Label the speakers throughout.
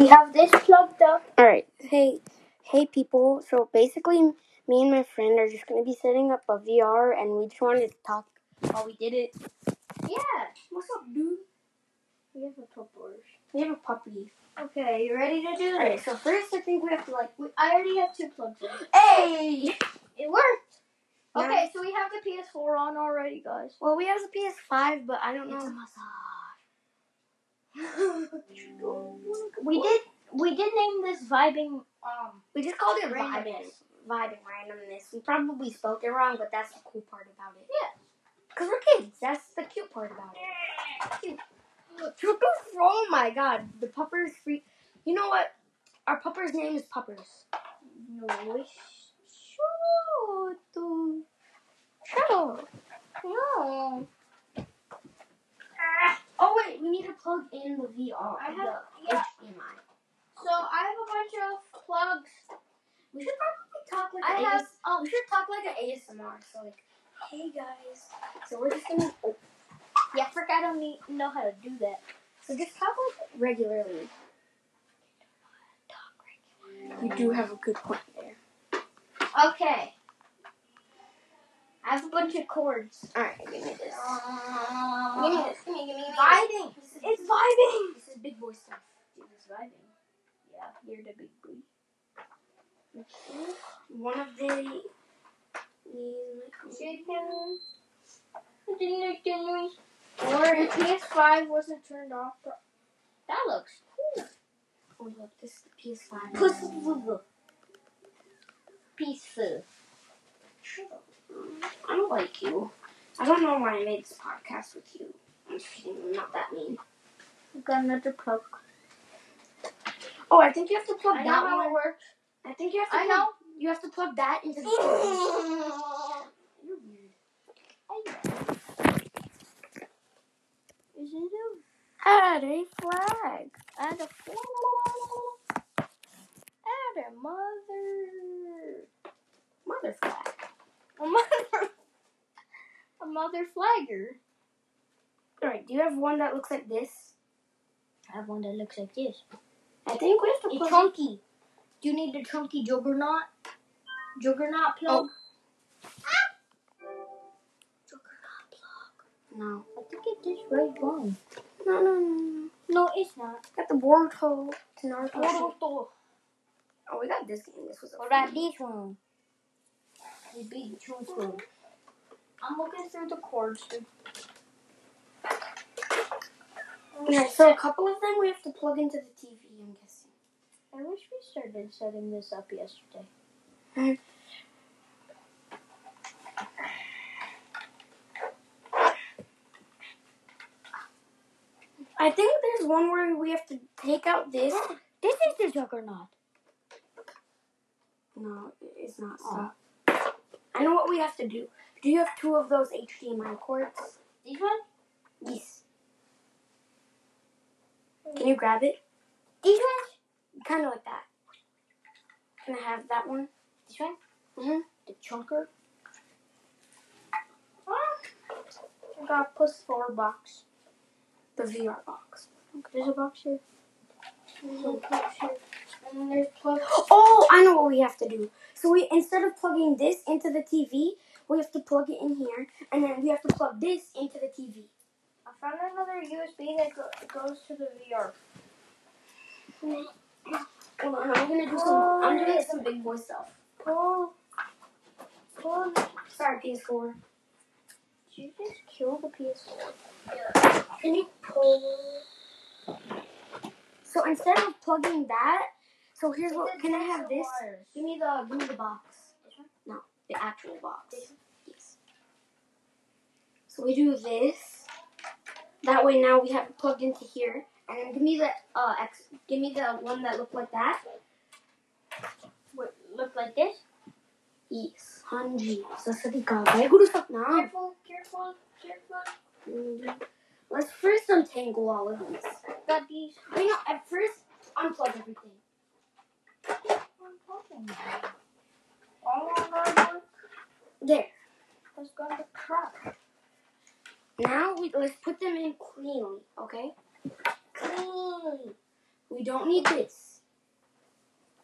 Speaker 1: We have this plugged up.
Speaker 2: All right. Hey, hey, people. So basically, me and my friend are just gonna be setting up a VR, and we just wanted to talk how we did it.
Speaker 1: Yeah.
Speaker 2: What's up, dude?
Speaker 1: We have a clipboard.
Speaker 2: We have a puppy.
Speaker 1: Okay, you ready to do
Speaker 2: All right.
Speaker 1: this?
Speaker 2: So first, I think we have to like.
Speaker 1: We, I already have two plugs in.
Speaker 2: Hey.
Speaker 1: It worked.
Speaker 2: Yeah.
Speaker 1: Okay, so we have the PS4 on already, guys.
Speaker 2: Well, we have the PS5, but I don't know.
Speaker 1: We did. We did name this vibing. Um,
Speaker 2: We just called it
Speaker 1: Randomness.
Speaker 2: vibing. Vibing randomness. We probably spelled it wrong, but that's the cool part about it.
Speaker 1: Yeah.
Speaker 2: Cause we're kids. That's the cute part about it. Cute. Cute. Oh my god, the pupper's free. You know what? Our pupper's name is Puppers. Oh,
Speaker 1: no,
Speaker 2: Shut up.
Speaker 1: no.
Speaker 2: Oh wait, we need to plug in the VR.
Speaker 1: I have.
Speaker 2: the
Speaker 1: Yeah.
Speaker 2: HDMI.
Speaker 1: So I have a bunch of plugs.
Speaker 2: We should probably talk like
Speaker 1: I
Speaker 2: an
Speaker 1: have-
Speaker 2: AS Oh, we should talk like an ASMR. So like, hey guys. So we're just gonna. Oh,
Speaker 1: Yeah, frick, I don't need, know how to do that.
Speaker 2: so just talk like regularly. You do have a good point there.
Speaker 1: Okay. I have a bunch of cords.
Speaker 2: All right, give me this. Give me
Speaker 1: Um,
Speaker 2: this. Give me. Give me. Give me.
Speaker 1: vibing.
Speaker 2: This is-
Speaker 1: It's vibing.
Speaker 2: This is big boy stuff.
Speaker 1: It's vibing. Yeah, you're the big boy.
Speaker 2: One of the. these might be-
Speaker 1: Chicken. Or the PS5 wasn't turned off. But that looks cool.
Speaker 2: Oh look, this is the PS5.
Speaker 1: Peaceful. Peaceful.
Speaker 2: Shut up. I don't like you. I don't know why I made this podcast with you. I'm just kidding. I'm not that mean.
Speaker 1: We got another plug.
Speaker 2: Oh, I think you have to plug
Speaker 1: I know
Speaker 2: that
Speaker 1: how
Speaker 2: one.
Speaker 1: it works.
Speaker 2: I think you have to.
Speaker 1: I
Speaker 2: plug-
Speaker 1: know.
Speaker 2: You have to plug that into the. You're weird.
Speaker 1: Is it a
Speaker 2: Add a flag.
Speaker 1: and a formal and a mother
Speaker 2: Mother flag.
Speaker 1: a mother a mother flagger.
Speaker 2: All right. Do you have one that looks like this?
Speaker 1: I have one that looks like this.
Speaker 2: I think we have to
Speaker 1: A
Speaker 2: plug.
Speaker 1: chunky. Do you need the chunky juggernaut? Juggernaut plug?
Speaker 2: No.
Speaker 1: I think it is right one.
Speaker 2: No, no, no.
Speaker 1: No, it's not.
Speaker 2: Got the Boruto. It's Naruto.
Speaker 1: What
Speaker 2: Oh, we got this game. This was a.
Speaker 1: about this one? The big chunky. one. I'm looking through the cords.
Speaker 2: Yeah, so a couple of them we have to plug into the TV. I'm guessing.
Speaker 1: I wish we started setting this up yesterday.
Speaker 2: I think there's one where we have to take out this.
Speaker 1: This is the juggernaut.
Speaker 2: No, it's not.
Speaker 1: Oh.
Speaker 2: Stop. I know what we have to do. Do you have two of those HDMI cords?
Speaker 1: This one?
Speaker 2: Yes. Can you grab it?
Speaker 1: These ones?
Speaker 2: Kind of like that. Can I have that one?
Speaker 1: This one?
Speaker 2: Mm-hmm.
Speaker 1: The chunker? I got a PS4 box.
Speaker 2: The VR box.
Speaker 1: There's a box here. There's a box here. And then there's plugs.
Speaker 2: Oh, I know what we have to do. So we instead of plugging this into the TV, we have to plug it in here, and then we have to plug this into the TV.
Speaker 1: I found another USB that go- goes to the VR.
Speaker 2: Hold on, I'm gonna do some. I'm doing some big boy stuff.
Speaker 1: Pull. Pull.
Speaker 2: Sorry, PS4.
Speaker 1: Did you just kill the PS4?
Speaker 2: Can you pull? So instead of plugging that, so here's what. Can I have this? Give me the give me the box.
Speaker 1: This one?
Speaker 2: No, the actual box.
Speaker 1: This one?
Speaker 2: Yes. So we do this. That way now we have it plugged into here. And then give me the uh ex- give me the one that looked like that.
Speaker 1: Wait, look like this?
Speaker 2: Yes. Hanji. Sasadi ka. Vaiguru satnam.
Speaker 1: Careful, careful, careful.
Speaker 2: Let's first untangle all of these.
Speaker 1: Got these.
Speaker 2: I know at first unplug everything.
Speaker 1: I'm talking about. All of our work
Speaker 2: There.
Speaker 1: has gone to crap.
Speaker 2: Now we let's put them in cleanly, okay? Cleanly. We don't need this.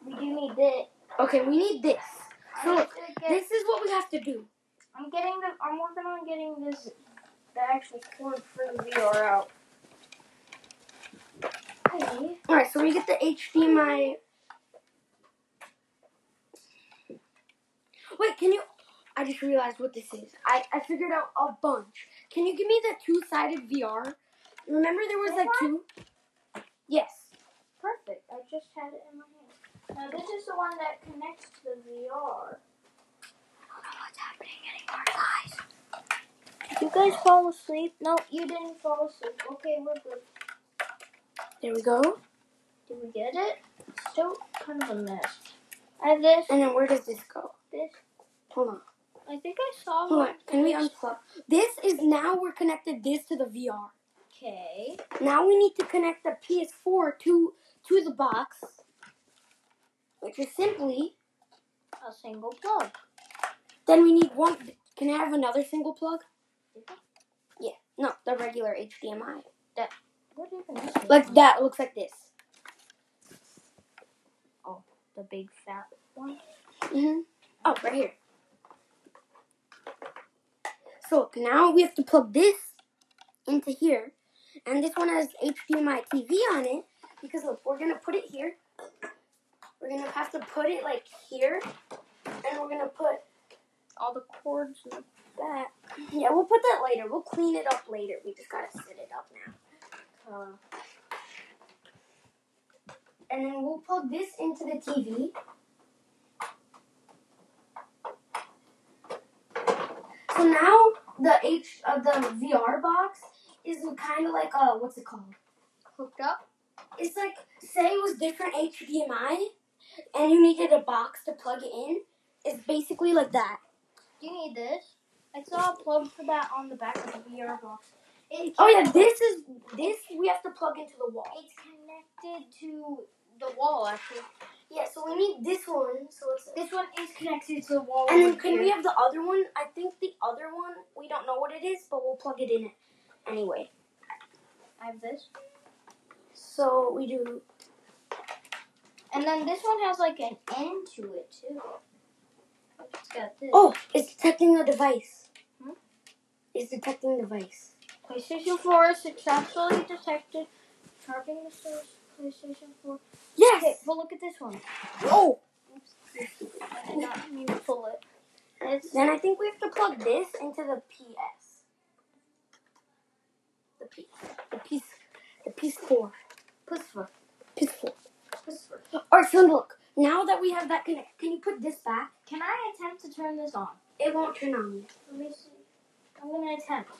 Speaker 1: We do need this.
Speaker 2: Okay, we need this. So
Speaker 1: I'm
Speaker 2: look,
Speaker 1: gonna get-
Speaker 2: this is what we have to do.
Speaker 1: I'm getting the. I'm working on getting this. The actual cord for the VR out. Hey.
Speaker 2: All right, so we get the HDMI. Wait, can you? I just realized what this is. I, I figured out a bunch. Can you give me the two-sided VR? Remember there was
Speaker 1: This
Speaker 2: like
Speaker 1: one?
Speaker 2: two. Yes.
Speaker 1: Perfect. I just had it in my hand. Now this is the one that connects to the VR.
Speaker 2: I don't know what's happening anymore, guys.
Speaker 1: Did you guys fall asleep? No, you didn't fall asleep. Okay, we're good.
Speaker 2: There we go.
Speaker 1: Did we get it? Still kind of a mess. I have this.
Speaker 2: And then where does this go?
Speaker 1: This.
Speaker 2: Hold on.
Speaker 1: I think I saw
Speaker 2: Hold on.
Speaker 1: one.
Speaker 2: Can we unplug? This is now we're connected this to the VR.
Speaker 1: Okay.
Speaker 2: Now we need to connect the PS4 to to the box, which is simply.
Speaker 1: A single plug.
Speaker 2: Then we need one. Can I have another single plug?
Speaker 1: Mhm.
Speaker 2: Yeah. No, the regular HDMI.
Speaker 1: What even is this?
Speaker 2: Like that looks like this.
Speaker 1: the big fat one.
Speaker 2: Mm-hmm. Oh, right here. So look, now we have to plug this into here, and this one has HDMI TV on it because look, we're gonna put it here. We're gonna have to put it like here, and we're gonna put
Speaker 1: All the cords. And
Speaker 2: that. Yeah, we'll put that later. We'll clean it up later. We just gotta set it up now.
Speaker 1: the, uh,
Speaker 2: And then we'll plug this into the TV. So now the H of the VR box is kind of like a what's it called?
Speaker 1: hooked up.
Speaker 2: It's like say it was different HDMI, and you needed a box to plug it in. It's basically like that.
Speaker 1: Do you need this? I saw a plug for that on the back of the VR box. It
Speaker 2: Oh yeah, this is this we have to plug into the wall.
Speaker 1: It's connected to the wall, actually.
Speaker 2: Yeah, so we need this one. So it's
Speaker 1: This one is connected to the wall.
Speaker 2: And then
Speaker 1: right
Speaker 2: can
Speaker 1: here.
Speaker 2: we have the other one? I think the other one we don't know what it is, but we'll plug it in anyway.
Speaker 1: I have this.
Speaker 2: So we do
Speaker 1: And then this one has like an end to it too. It's got this.
Speaker 2: Oh, it's detecting the device.
Speaker 1: Hmm?
Speaker 2: It's detecting the device.
Speaker 1: PlayStation 4 successfully detected charging the source. PlayStation 4. Okay,
Speaker 2: Yes!
Speaker 1: but look at this one.
Speaker 2: Oh
Speaker 1: I did not mean to pull it. It's
Speaker 2: then I think we have to plug this into the PS. The P the piece the piece four.
Speaker 1: Pusfa.
Speaker 2: Piece four.
Speaker 1: Pusfa.
Speaker 2: Alright, so look. Now that we have that connect can you put this back?
Speaker 1: Can I attempt to turn this on?
Speaker 2: It won't turn on yet.
Speaker 1: Let me see. I'm gonna attempt.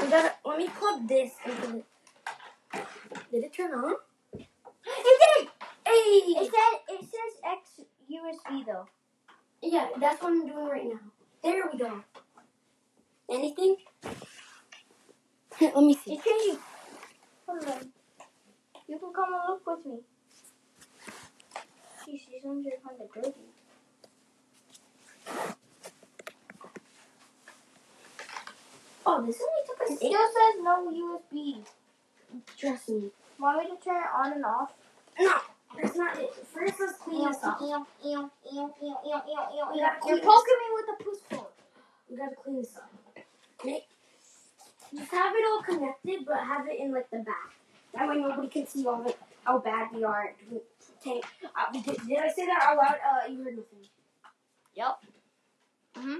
Speaker 2: We gotta let me plug this into the Did it turn on? It did! Hey!
Speaker 1: It says it says X USB though.
Speaker 2: Yeah, that's what I'm doing right now. There we go. Anything? Let me see.
Speaker 1: It says you. Hold on. You can come and look with me. Jeez, these ones are kind of dirty.
Speaker 2: Oh, this only
Speaker 1: It
Speaker 2: took us eight.
Speaker 1: still says no USB.
Speaker 2: Trust me.
Speaker 1: Want me to turn it on and off?
Speaker 2: No, that's not it. First, let's clean this up.
Speaker 1: You're poking me with a push fork.
Speaker 2: We gotta clean this up. Okay. Just have it all connected, but have it in like the back. That way nobody can see all the, how bad we are. at doing- Okay. Uh, we did, did I say that out loud? Uh, you heard nothing. Mm-hmm.
Speaker 1: Yep. Mhm.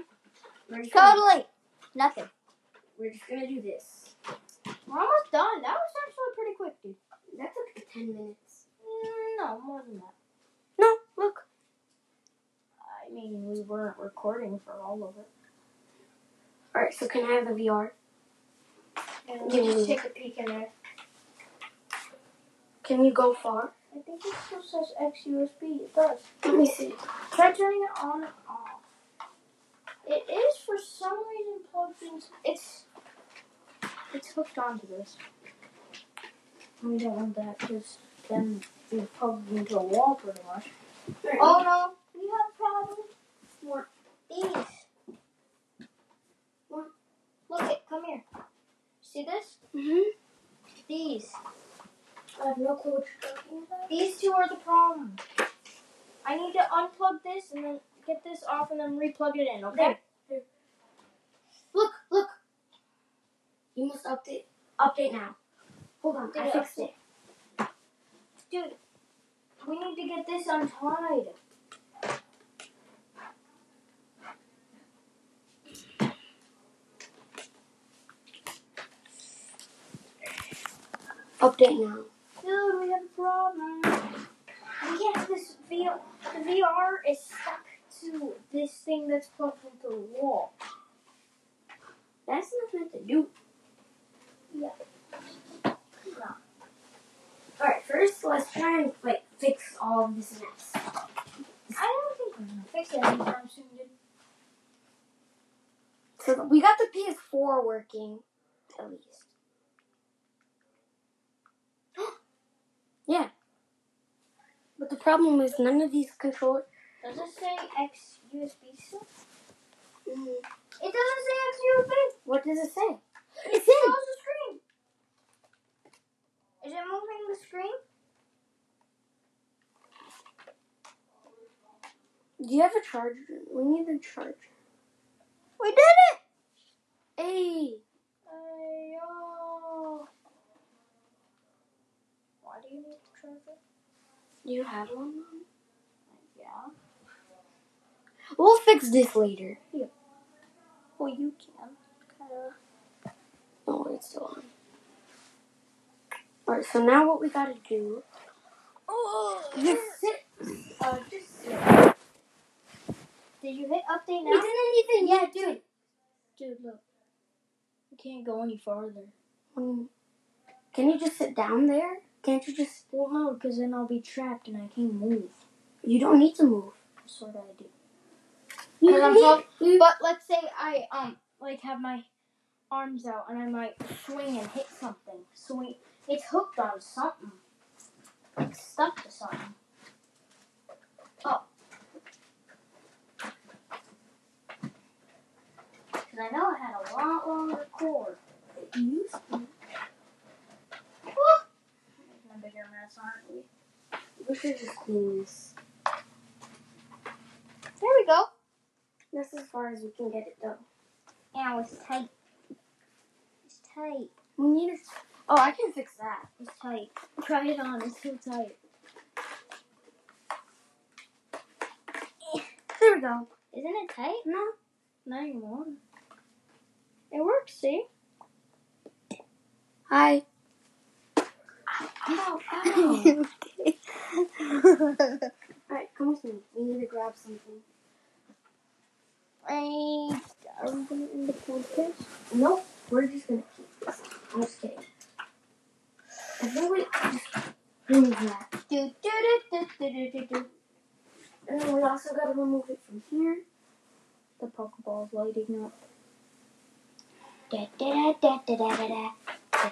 Speaker 2: We're just, gonna,
Speaker 1: Totally. Nothing.
Speaker 2: we're just gonna do this.
Speaker 1: We're almost done. That was actually pretty quick, dude.
Speaker 2: That took like ten minutes.
Speaker 1: Mm, No, more than that.
Speaker 2: No, look.
Speaker 1: I mean, we weren't recording for all of it.
Speaker 2: All right, so can I have the VR?
Speaker 1: And
Speaker 2: Give me-
Speaker 1: take a peek in there.
Speaker 2: Can you go far?
Speaker 1: I think it still says X USB. It does.
Speaker 2: Let me see.
Speaker 1: Try turning it on and off. It is for some reason plugged in. It's it's hooked onto this. We don't want that because then we plugged into a wall pretty much.
Speaker 2: Oh,
Speaker 1: no, we have problems.
Speaker 2: What?
Speaker 1: These.
Speaker 2: What? Mm-hmm.
Speaker 1: Look it. Come here. See this?
Speaker 2: hmm
Speaker 1: These. I have no clue what you're talking about. These two are the problem. I need to unplug this and then get this off and then replug it in, okay?
Speaker 2: Look, look. You must update. Update now. Hold on,
Speaker 1: Did
Speaker 2: I
Speaker 1: it
Speaker 2: fixed
Speaker 1: update?
Speaker 2: it.
Speaker 1: Dude, we need to get this untied.
Speaker 2: Update now.
Speaker 1: Dude, we have a problem. We have this VR. The VR is stuck to this thing that's plugged into the wall.
Speaker 2: That's nothing to do. All right, first let's try and like fix all of this mess.
Speaker 1: I don't think we're gonna fix it anytime soon, dude.
Speaker 2: So we got the PS4 working, at least. yeah. But the problem is none of these controllers.
Speaker 1: Does it say X USB still?
Speaker 2: Mm,
Speaker 1: It doesn't say X USB.
Speaker 2: what does it say?
Speaker 1: It
Speaker 2: It's in.
Speaker 1: shows the screen. Is it moving the screen?
Speaker 2: Do you have a charger? We need a charger.
Speaker 1: We did it.
Speaker 2: Hey,
Speaker 1: Ayo. Why do you need to charge it?
Speaker 2: do you have one?
Speaker 1: Yeah.
Speaker 2: We'll fix this later.
Speaker 1: Well, you can. Kinda.
Speaker 2: Oh, it's still on. All right, so now what we gotta do?
Speaker 1: Oh.
Speaker 2: Just sit.
Speaker 1: Uh, just. Did you hit
Speaker 2: We
Speaker 1: update now?
Speaker 2: didn't even.
Speaker 1: Yeah,
Speaker 2: need to-
Speaker 1: dude. Dude, look. We can't go any farther.
Speaker 2: Um, Can you just sit down there? Can't you just?
Speaker 1: Well, no, because then I'll be trapped and I can't move.
Speaker 2: You don't need to move.
Speaker 1: That's what I do.
Speaker 2: You
Speaker 1: Cause I'm
Speaker 2: need-
Speaker 1: talk-
Speaker 2: you-
Speaker 1: But let's say I um like have my arms out and I might swing and hit something. Swing. It's hooked on something. It's stuck to something. Oh. Cause I know I had a lot longer cord.
Speaker 2: It used to.
Speaker 1: Woo! Making a bigger mess, aren't we?
Speaker 2: We should just clean this.
Speaker 1: There we go.
Speaker 2: That's as far as we can get it though.
Speaker 1: Ow, it's tight. It's tight.
Speaker 2: We need a. Oh, I can fix that.
Speaker 1: It's tight. Try it on. It's too tight.
Speaker 2: There we go.
Speaker 1: Isn't it tight?
Speaker 2: No,
Speaker 1: Not anymore. It works, see?
Speaker 2: hi. Oh,
Speaker 1: Ow, Uh-huh.
Speaker 2: okay. Alright, come with me. We need to grab something.
Speaker 1: I, are we gonna end the podcast?
Speaker 2: Nope, we're just gonna keep this. I'm just kidding. I think we just Hmm, remove that.
Speaker 1: Do, do, do, do, do, do, do.
Speaker 2: And then we also gotta remove it from here.
Speaker 1: The Pokeball's lighting up. Da, da, da, da, da, da, da,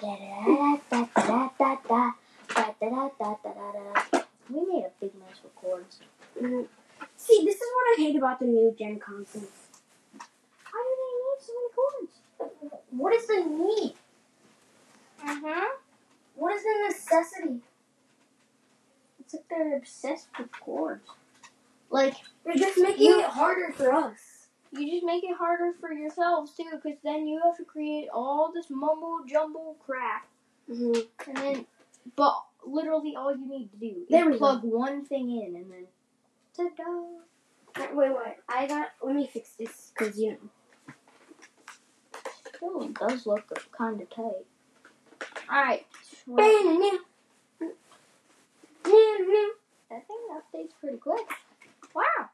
Speaker 1: da, da, da, da, da, da, da, da, da, da, da, da, da, da, da. We made a big mess with cords.
Speaker 2: Mm. See, this is what I hate about the new Gen consoles.
Speaker 1: Why do
Speaker 2: What is the need?
Speaker 1: they need so many cords? Uh-huh.
Speaker 2: What is the necessity?
Speaker 1: It's like they're obsessed with cords. Like,
Speaker 2: They're just making
Speaker 1: You-
Speaker 2: it harder for us.
Speaker 1: You just make it harder for yourselves too, because then you have to create all this mumbo jumbo crap,
Speaker 2: Mm-hmm.
Speaker 1: and then, but literally all you need to do is
Speaker 2: There we go.
Speaker 1: plug one thing in, and then, ta-da!
Speaker 2: Wait, wait, wait. I got. Let me fix this because you know.
Speaker 1: Still, it does look kind of tight. All right, well,
Speaker 2: Wow.
Speaker 1: that thing updates pretty quick. Wow.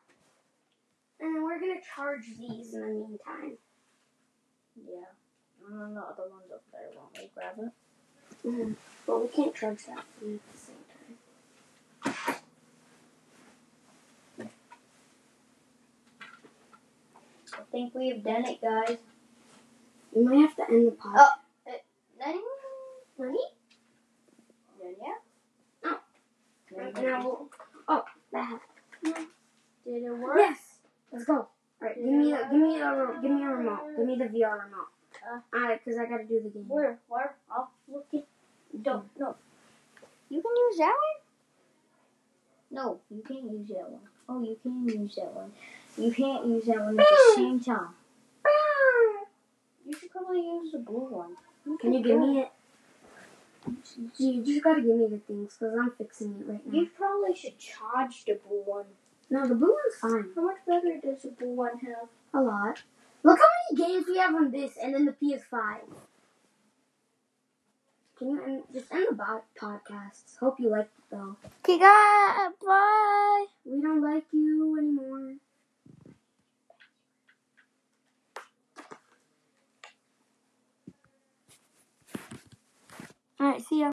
Speaker 2: And then we're gonna charge these in the meantime.
Speaker 1: Yeah. And then the other one's up there. Won't we grab it?
Speaker 2: But we can't charge that one at the same time.
Speaker 1: I think we have done it, guys.
Speaker 2: We might have to end the pod.
Speaker 1: Oh. Then,
Speaker 2: Money?
Speaker 1: then yeah.
Speaker 2: Oh.
Speaker 1: Then,
Speaker 2: And I will. Oh, that happened.
Speaker 1: Did it work?
Speaker 2: Yes. Let's go. Alright, give me a give me a re- give me a remote. Give me the VR remote.
Speaker 1: Uh.
Speaker 2: Alright, because I gotta do the game.
Speaker 1: Where? Where? I'll look at. Don't. No. You can use that one? No, you can't use that one. Oh, you can use that one. You can't use that one at the same time. You should probably use the blue one.
Speaker 2: Ah! Can you give me it? You just gotta give me the things because I'm fixing it right now.
Speaker 1: You probably should charge the blue one.
Speaker 2: No, the blue one's fine.
Speaker 1: How much battery does the blue one have?
Speaker 2: A lot. Look how many games we have on this and then the PS5. Can you end, just end the bo- podcast? Hope you liked it though.
Speaker 1: Okay, guys, bye.